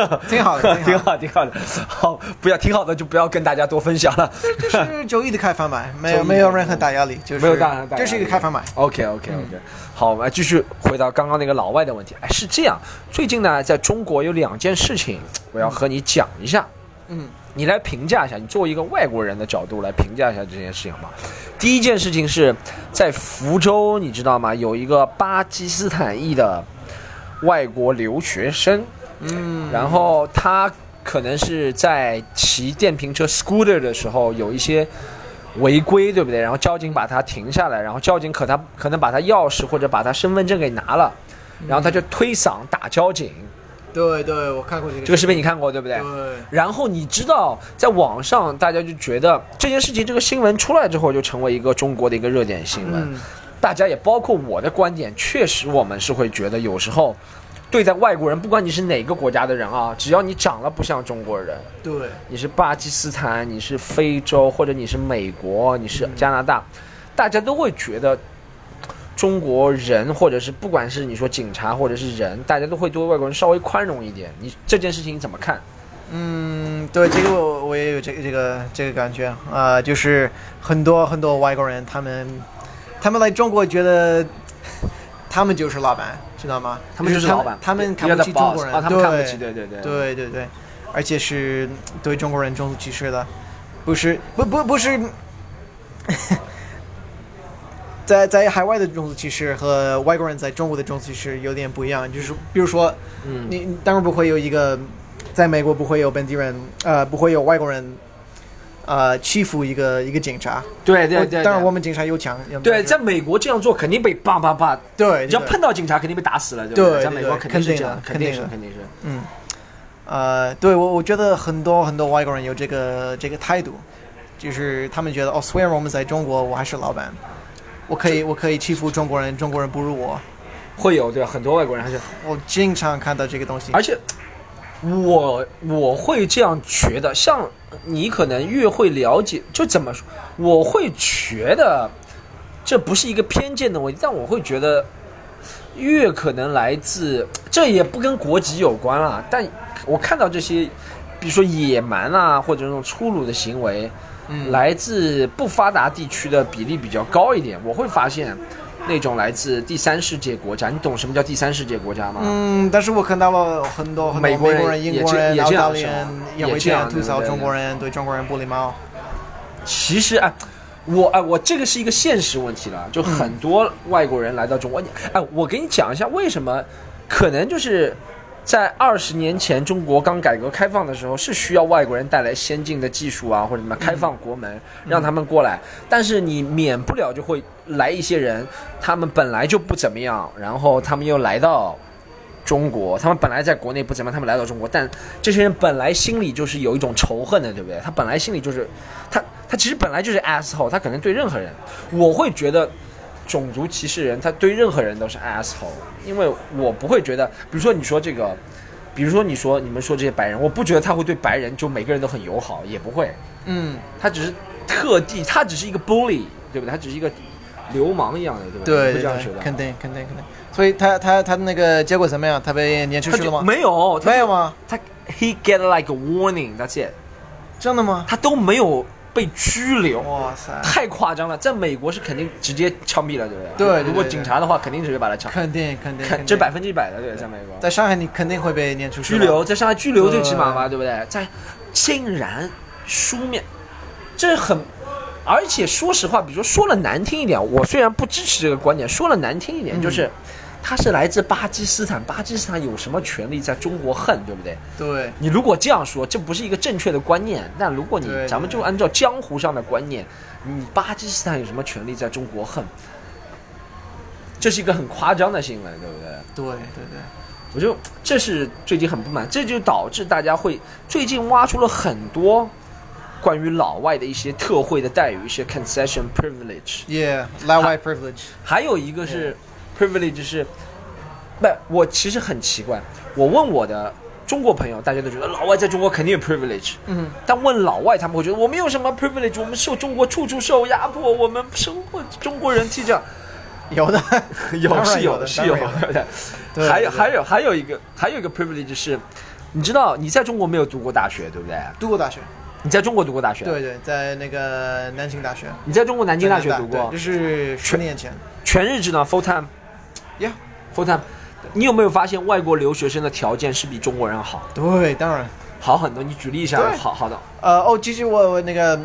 嗯 挺好 的挺挺好，挺好的。好，不要挺好的就不要跟大家多分享了。这是周一的开放麦，没周有一没有任何大压力，就是没有大大这是一个开放麦。嗯 OK OK OK，、好，我们继续回到刚刚那个老外的问题。哎，是这样，最近呢，在中国有两件事情，我要和你讲一下，嗯，你来评价一下，你作为一个外国人的角度来评价一下这件事情吧。第一件事情是在福州，你知道吗？有一个巴基斯坦裔的外国留学生，嗯，然后他可能是在骑电瓶车 scooter 的时候有一些违规，对不对？然后交警把他停下来，然后交警可他可能把他钥匙或者把他身份证给拿了，然后他就推搡打交警。对对，我看过这个这个视频你看过对不对？对然后你知道，在网上大家就觉得这件事情，这个新闻出来之后，就成为一个中国的一个热点新闻。嗯大家也包括我的观点，确实我们是会觉得有时候对待外国人，不管你是哪个国家的人啊，只要你长得不像中国人，对你是巴基斯坦，你是非洲，或者你是美国，你是加拿大，大家都会觉得中国人，或者是不管是你说警察或者是人，大家都会对外国人稍微宽容一点。你这件事情怎么看？嗯，对这个我我也有这个这个这个感觉啊、呃就是很多很多外国人，他们他们来中国觉得他们就是老板，知道吗？他们就是老板他们，You're 他们看不起 the boss 中国人啊他们看不起对对对对对对，而且是对中国人种族歧视的，不是不不不是。 在在海外的种族歧视和外国人在中国的种族歧视有点不一样，就是比如说，嗯你你当然不会有一个，在美国不会有本地人，呃，不会有外国人，呃欺负一个一个警察。对对我对，当然对我们警察又强。有对在美国这样做肯定被叭叭叭，对，你要对碰到警察肯定被打死了，对不对对在美国定是对肯定这样的，肯定是肯定的肯定是。嗯，呃，对我我觉得很多很多外国人有这个这个态度，就是他们觉得哦，虽然我们在中国，我还是老板，我可以我可以欺负中国人，中国人不如我。会有对很多外国人，而且我经常看到这个东西。而且我我会这样觉得，像你可能越会了解，就怎么说，我会觉得这不是一个偏见的问题，但我会觉得越可能来自这也不跟国籍有关啦，但我看到这些，比如说野蛮啊，或者那种粗鲁的行为，嗯来自不发达地区的比例比较高一点，我会发现。那种来自第三世界国家，你懂什么叫第三世界国家吗？嗯，但是我看到了很多很多美美国人人、英也国这人、也澳这样大是利亚人吧也也会这这样样吐槽对对中国人，对中国人不礼貌。其实哎，我哎，我这个是一个现实问题了，就很多外国人来到中国，你哎，我给你讲一下为什么，可能就是在二十年前中国刚改革开放的时候，是需要外国人带来先进的技术啊，或者什么开放国门、让他们过来，但是你免不了就会来一些人，他们本来就不怎么样，然后他们又来到中国，他们本来在国内不怎么样，他们来到中国，但这些人本来心里就是有一种仇恨的，对不对？他本来心里就是，他他其实本来就是 asshole，他可能对任何人，我会觉得种族歧视人，他对任何人都是 asshole，因为我不会觉得，比如说你说这个，比如说你说你们说这些白人，我不觉得他会对白人就每个人都很友好，也不会，嗯，他只是特地，他只是一个 bully，对不对？他只是一个流氓一样的，对不对会对这样觉对，得。肯定肯定肯定。所以他他他那个结果怎么样？他被撵出他去了就吗？没有，他没有吗？他 he get like a warning，that's it，真的吗？他都没有被拘留，哇塞，太夸张了，在美国是肯定直接枪毙了，对不对？对对对如果警察的话，肯定直接把他枪，肯定肯定肯肯定，这百分之一百的，对，在美国在上海你肯定会被撵出去拘了留，。在上海拘留最起码吧，对对不对？在竟然书面，这很，而且说实话，比如说说了难听一点，我虽然不支持这个观点，说了难听一点嗯就是。他是来自巴基斯坦，巴基斯坦有什么权利在中国恨，对不对？对你如果这样说，这不是一个正确的观念。但如果你对对咱们就按照江湖上的观念，你巴基斯坦有什么权利在中国恨？这是一个很夸张的新闻，对不对？对对对，我就这是最近很不满，这就导致大家会最近挖出了很多关于老外的一些特惠的待遇，一些 concession privilege。耶，老外 privilege。还有一个是 privilege 是，不，我其实很奇怪，我问我的中国朋友，大家都觉得老外在中国肯定有 privilege，嗯，但问老外，他们会觉得我们有什么 privilege，我们受中国处处受压迫，我们生活中国人替这样，有的当然是 有的，的是有当然的，对还有对还有还有一个还有一个 privilege 是，你知道你在中国没有读过大学，对不对？读过大学，你在中国读过大学，对，对，在那个南京大学，你在中国南京大学对读过对就是十年前。全日制呢 full time Yeah， full time，你有没有发现外国留学生的条件是比中国人好？对，当然。好很多。你举例一下，对好好的，呃，哦，其实我我那个，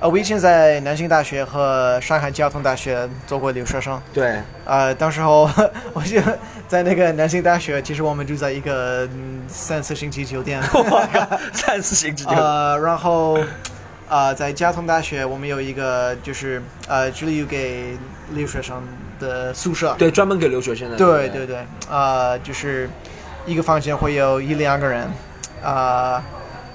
呃，我以前在南京大学和上海交通大学做过留学生。对，呃，当时候 我就在那个南京大学，其实我们住在一个、嗯、三四星级酒店。我 靠，三四星之间，呃，然后呃，在交通大学我们有一个就是呃，只留给留学生的宿舍。 对，专门给留学生的，对不对对，呃，就是一个房间会有一两个人，呃，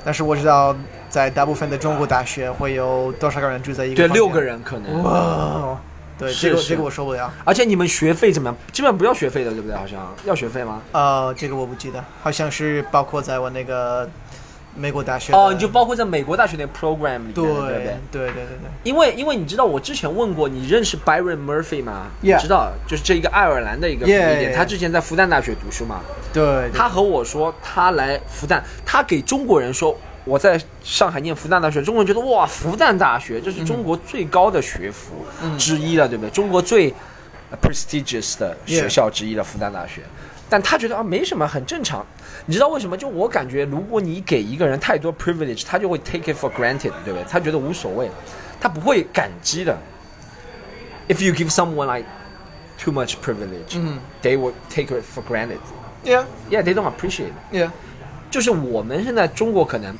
但是我知道在大部分的中国大学会有多少个人住在一个对，房间六个。人可能。哇哦，对，是这个是这个我受不了，而且你们学费怎么样？基本不要学费的，对不对？好像要学费吗？呃，这个我不记得，好像是包括在我那个美国大学的哦，你就包括在美国大学那 program 里面，对对不对？对对对对，因为因为你知道我之前问过你认识 Byron Murphy 吗 Yeah 你知道就是这一个爱尔兰的一个福利 Yeah, 点 yeah, 他 yeah 之前在复旦大学读书嘛。对对他和我说他来复旦，他给中国人说我在上海念复旦大学，中国人觉得哇，复旦大学这是中国最高的学府之一了，对不对？中国最呃 prestigious 的学校之一了，复旦大学。但他觉得啊没什么，很正常。你知道为什么？就我感觉，如果你给一个人太多 privilege，他就会 take it for granted，对不对？他觉得无所谓，他不会感激的。If you give someone like too much privilege，、嗯 they will take it for granted。 ，yeah Yeah, they don't appreciate. it. yeah，就是我们现在中国可能，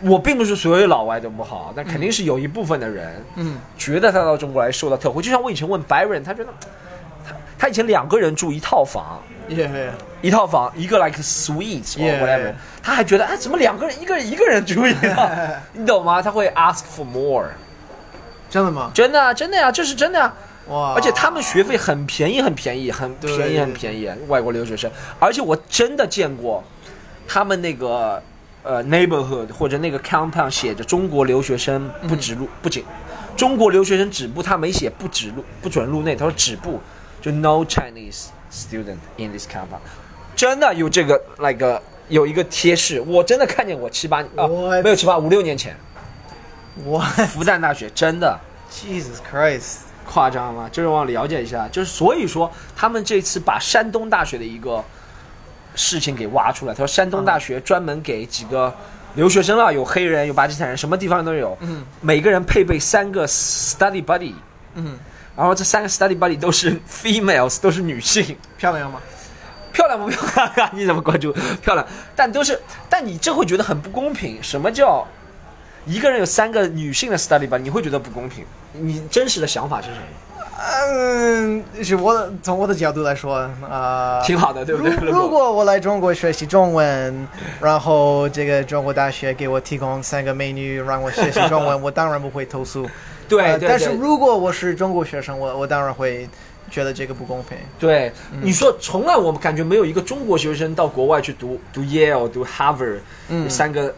我并不是所有老外都不好，但肯定是有一部分的人，嗯，觉得他到中国来受到特惠。就像我以前问白人，他觉得他他以前两个人住一套房， yeah, 一套房一个 like suite or Yeah. whatever，他还觉得哎怎么两个人一个人一个人住一 套，你懂吗？他会 ask for more，真的吗？真的啊真的呀、这是真的啊。哇！而且他们学费很便宜，很便宜，很对便宜，很便宜。外国留学生，而且我真的见过，他们那个呃 neighborhood 或者那个 compound 写着中国留学生不止嗯入，不仅中国留学生止步，他没写不止入，不准入内，他说止步，就 no Chinese student in this compound。真的有这个那个、有一个贴士，我真的看见过七八啊 What？没有七八五六年前，哇复旦大学真的。 ，Jesus Christ！夸张吗？就是我了解一下，就是所以说他们这次把山东大学的一个事情给挖出来。他说山东大学专门给几个留学生啊，有黑人，有巴基斯坦人，什么地方都有，嗯每个人配备三个 study buddy，嗯，然后这三个 study buddy 都是 females，都是女性。漂亮吗？漂亮不漂亮？你怎么关注漂亮？但都是，但你这会觉得很不公平。什么叫一个人有三个女性的 study buddy？你会觉得不公平？你真实的想法是什么？嗯，是我从我的角度来说，啊、挺好的，对不对？如如果我来中国学习中文，然后这个中国大学给我提供三个美女让我学习中文，我当然不会投 诉。对呃对但是对如果我是中国学生，我我当然会觉得这个不公平。对，嗯你说从来我们感觉没有一个中国学生到国外去读读 Yale、读 Harvard，、有嗯三个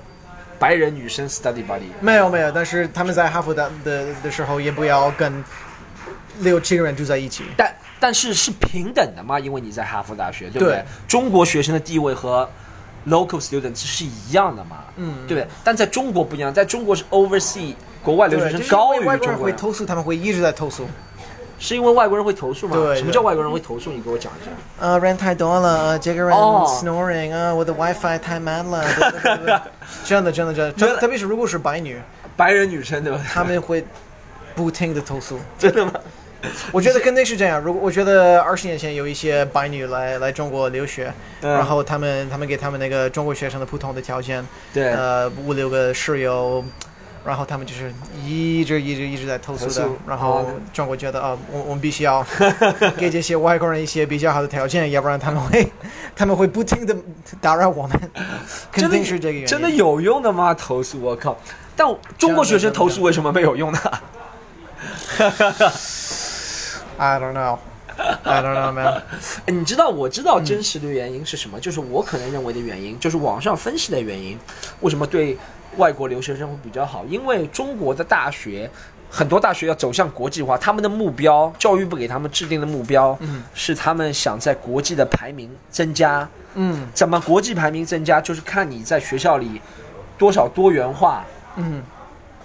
白人女生 study buddy。没有没有，但是他们在哈佛的的的时候，也不要跟六七个人住在一起。但但是是平等的嘛，因为你在哈佛大学，对不对？对中国学生的地位和 local student 是一样的嘛，嗯对不对？但在中国不一样，在中国是 oversea，国外留学生对高于就是因为外国中人国会人，投诉，他们会一直在投诉。是因为外国人会投诉吗？对什么对叫外国人会投诉？你给我讲一下。呃，人太多了，呃这个人哦 snoring 啊、我的 WiFi 太慢了，对对对对 对真的真的真的，原特来特别是如果是白女，白人女生对吧？他们会不停的投 诉。真的吗？我觉得肯定是这样。如果我觉得二十年前有一些白女来来中国留学，嗯然后他们他们给他们那个中国学生的普通的条件，对呃，五六个室友，然后他们就是一直一直一直在投诉投的诉。然哦后中国觉得啊、我我们必须要给这些外国人一些比较好的条件，要不然他们会 他们会不停的打扰我们， 肯真的定是这个原因。真的有用的吗？投诉，我靠！但中国学生投诉为什么没有用呢？ ，I don't know，I don't know man。 哎你知道，我知道真实的原因是什么？就是我可能认为的原因，就是网上分析的原因，为什么对外国留学生会比较好？因为中国的大学。很多大学要走向国际化，他们的目标，教育部给他们制定的目标，嗯是他们想在国际的排名增加。嗯怎么国际排名增加？就是看你在学校里多少多元化。嗯，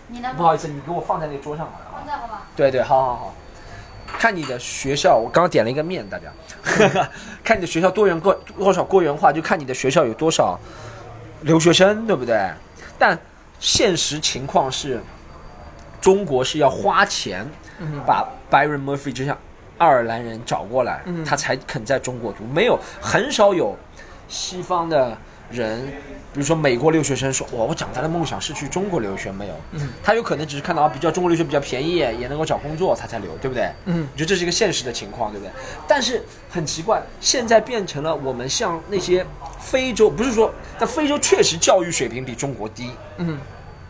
你能不好意思，你给我放在那个桌上好了。放在好吧？对对，好好好。看你的学校，我刚刚点了一个面，大家， 看你的学校多元过多少多元化，就看你的学校有多少留学生，对不对？但现实情况是，中国是要花钱嗯把 Byron Murphy 就像爱尔兰人找过来，嗯他才肯在中国读，没有很少有西方的人，比如说美国留学生说，我我长大的梦想是去中国留学，没有，嗯他有可能只是看到啊，比较中国留学比较便宜，也能够找工作，他才留，对不对？嗯你觉得这是一个现实的情况，对不对？但是很奇怪，现在变成了我们像那些非洲，不是说，但非洲确实教育水平比中国低，嗯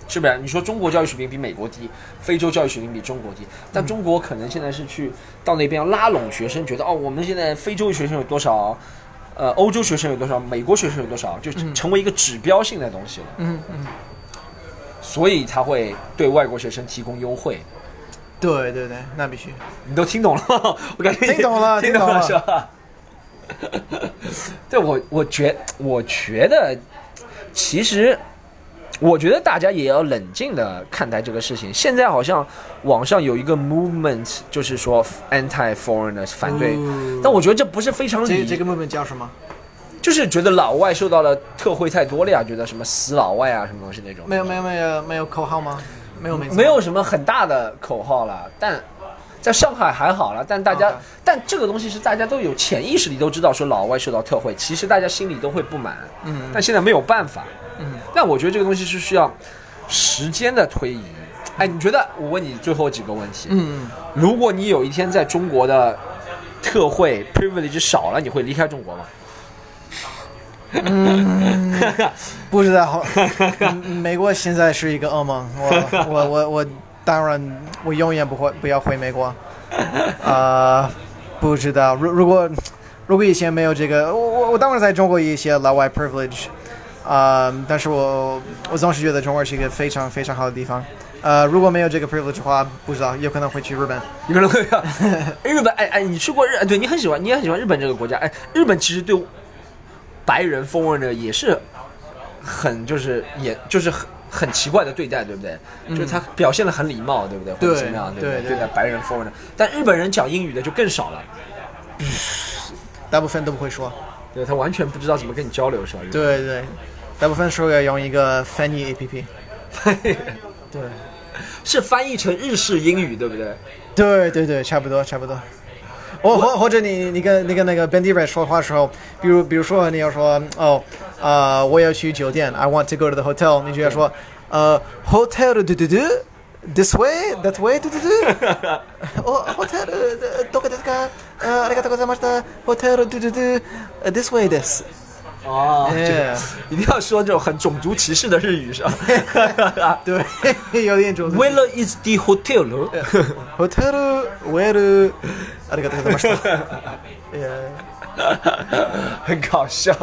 是不是？你说中国教育水平比美国低，非洲教育水平比中国低，但中国可能现在是去到那边拉拢学生，觉得哦，我们现在非洲学生有多少，呃，欧洲学生有多少，美国学生有多少，就成为一个指标性的东西了，嗯嗯，所以他会对外国学生提供优惠。对对对，那必须。你都听懂了 吗？我感觉你听懂了听听懂了了是吧？ 对我，我觉我觉得，其实我觉得大家也要冷静的看待这个事情。现在好像网上有一个 movement，就是说 anti foreigners 反对，哦但我觉得这不是非常理这这个 movement 叫什么？就是觉得老外受到了特惠太多了呀，觉得什么死老外啊，什么东西那种。没有没有没有没有口号吗？没有名字 吗没有什么很大的口号了，但在上海还好了。但大家 OK 但这个东西是大家都有潜意识里都知道，说老外受到特惠，其实大家心里都会不满。嗯但现在没有办法，嗯，但我觉得这个东西是需要时间的推移。哎，你觉得？我问你最后几个问题。嗯，如果你有一天在中国的特惠 privilege 少了，你会离开中国吗？不知道，嗯美国现在是一个噩梦。我我我我，当然我永远不会不要回美国。呃，不知道，如如果如果以前没有这个，我我我当然在中国有一些老外 privilege，啊、但是我我总是觉得中国是一个非常非常好的地方。呃，如果没有这个 privilege 的话，不知道有可能会去日本。你可能会日本，哎哎，你去过日？对你很喜欢，你也很喜欢日本这个国家。哎，日本其实对白人风味呢也是很就是也就是很很奇怪的对待，对不对？就是他表现的很礼貌，对不对？或者嗯对怎么样，对不对对对待白人风味的，但日本人讲英语的就更少了，大部分都不会说，对他完全不知道怎么跟你交流，是吧？对对，大部分时候要用一个翻译 APP。 对，对，是翻译成日式英语，对不对？对对对，差不多差不多。我或或者你你跟你跟那个本地人说话的时候，比如比如说你要说哦，呃，我要去酒店，I want to go to the hotel，你就要说呃，hotel 嘟嘟嘟，this way that way 嘟嘟嘟， 哦，hotel どこですか？呃，ありがとうございました。hotel 嘟嘟嘟呃，this way this。 哦，哎一定要说这种很种族歧视的日语，是吧？ 对，有点种族。为了 is the hotel， 哦 hotel where ありがとうございました。Yeah. 很搞笑。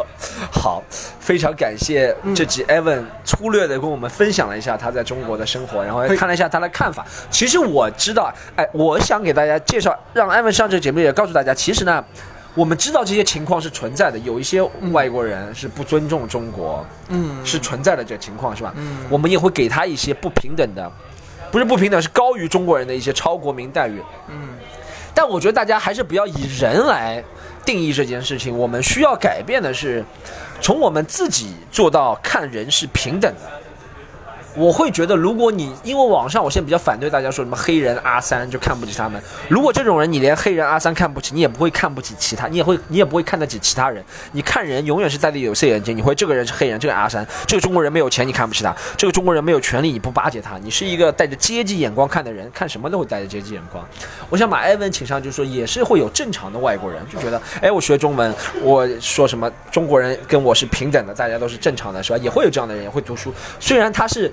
好，非常感谢这集 Evan 粗略的跟我们分享了一下他在中国的生活，然后也看了一下他的看法。其实我知道，哎，我想给大家介绍，让 Evan 上这个节目也告诉大家，其实呢。我们知道这些情况是存在的，有一些外国人是不尊重中国，嗯，是存在的这个情况是吧？嗯，我们也会给他一些不平等的，不是不平等，是高于中国人的一些超国民待遇。但我觉得大家还是不要以人来定义这件事情。我们需要改变的是，从我们自己做到看人是平等的。我会觉得，如果你因为网上我现在比较反对大家说什么黑人阿三就看不起他们，如果这种人你连黑人阿三看不起，你也不会看不起其他，你也会你也不会看得起其他人。你看人永远是戴着有色眼镜，你会这个人是黑人，这个阿三，这个中国人没有钱你看不起他，这个中国人没有权利你不巴结他，你是一个带着阶级眼光看的人，看什么都会带着阶级眼光。我想把艾文请上，就是说也是会有正常的外国人就觉得，哎，我学中文，我说什么中国人跟我是平等的，大家都是正常的，是吧？也会有这样的人，也会读书，虽然他是。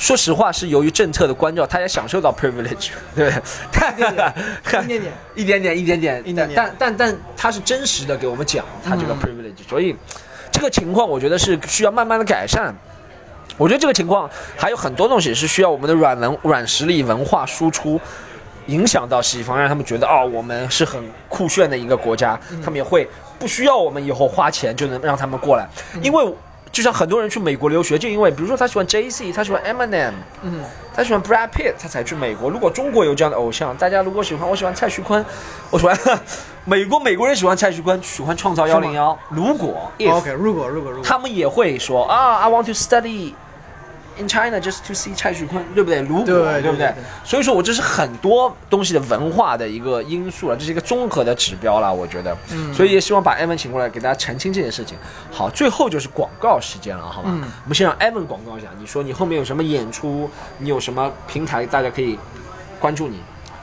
说实话，是由于政策的关照，他也享受到 privilege，对 不对？一点点，一点 点，一点点，一点嗯点但但但他是真实的给我们讲他这个 privilege，、所以这个情况我觉得是需要慢慢的改善。我觉得这个情况还有很多东西是需要我们的软能软实力文化输出。影响到西方，让他们觉得哦，我们是很酷炫的一个国家，嗯他们也会不需要我们以后花钱就能让他们过来，嗯因为就像很多人去美国留学，就因为比如说他喜欢 J C，他喜欢 Eminem，嗯，他喜欢 Brad Pitt，他才去美国。如果中国有这样的偶像，大家如果喜欢，我喜欢蔡徐坤，我喜欢 美国美国人喜欢蔡徐坤，喜欢创造幺零幺。如果 if、 OK，如果如果如果，他们也会说啊，I want to study in China just to see 蔡徐坤，对不对？如果对对不对对所以说我这是很多东西的文化的一个因素了，这是一个综合的指标了，我觉得。嗯。所以也希望把艾文请过来给大家澄清这件事情。好，最后就是广告时间了，好吧？嗯。我们先让艾文广告一下，你说你后面有什么演出，你有什么平台，大家可以关注你。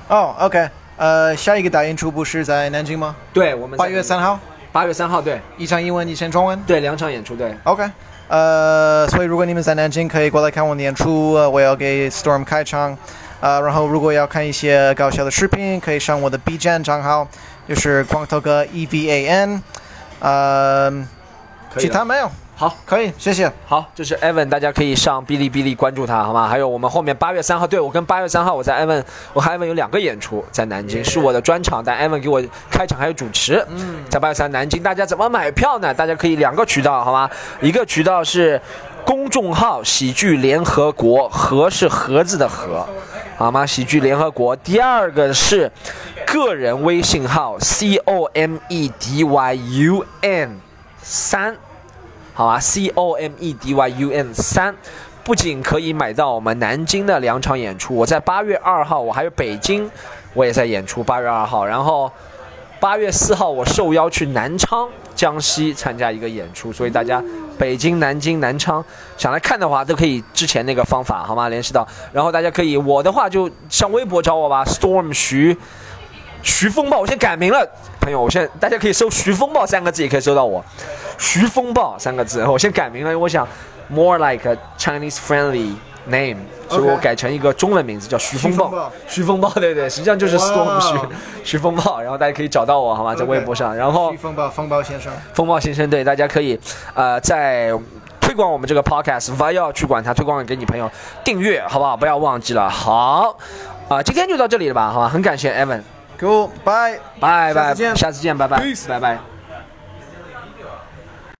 哦、o k 呃，下一个大演出不是在南京吗？对，我们在八月三号，八月三号，对一场英文，一场中文。对，两场演出，对。 OK，呃，所以如果你们在南京，可以过来看我的演出，呃我要给 Storm 开场。呃，然后如果要看一些搞笑的视频，可以上我的 B 站账号，就是光头哥 E V A N。呃，可以啊其了他没有，好。可以，谢谢。好，这是 Evan，大家可以上哔哩哔哩关注他，好吗？还有我们后面八月三号，对我跟八月三号我在 Evan，我和 Evan 有两个演出在南京，是我的专场，但 Evan 给我开场还有主持，在八月三南京，大家怎么买票呢？大家可以两个渠道，好吗？一个渠道是公众号“喜剧联合国”，和是盒子的盒。好吗？喜剧联合国。第二个是个人微信号 c o m e d y u n 三，好吧，C O M E D Y U N 三。不仅可以买到我们南京的两场演出，我在八月二号，我还有北京，我也在演出，八月二号，然后。八月四号我受邀去南昌，江西参加一个演出，所以大家北京、南京、南昌想来看的话，都可以之前那个方法好吗？联系到，然后大家可以我的话就上微博找我吧，Storm 徐。徐风暴，我先改名了，朋友，我现在大家可以搜“徐风暴”三个字，也可以搜到我，“徐风暴”三个字，我先改名了，因为我想 more like a Chinese friendly name，所以我改成一个中文名字叫徐风徐风暴暴。徐风暴，对对，实际上就是 storm 哇徐 徐风暴，然后大家可以找到我好吗？在微博上，然后徐风暴风暴先生，风暴先生，对，大家可以呃在。推广我们这个 podcast，不要去管它，推广给你朋友订阅，好不好？不要忘记了。好，啊、今天就到这里了吧，好吧？很感谢 Evan，给我拜拜下拜次，见下次见，拜拜 Peace，拜拜。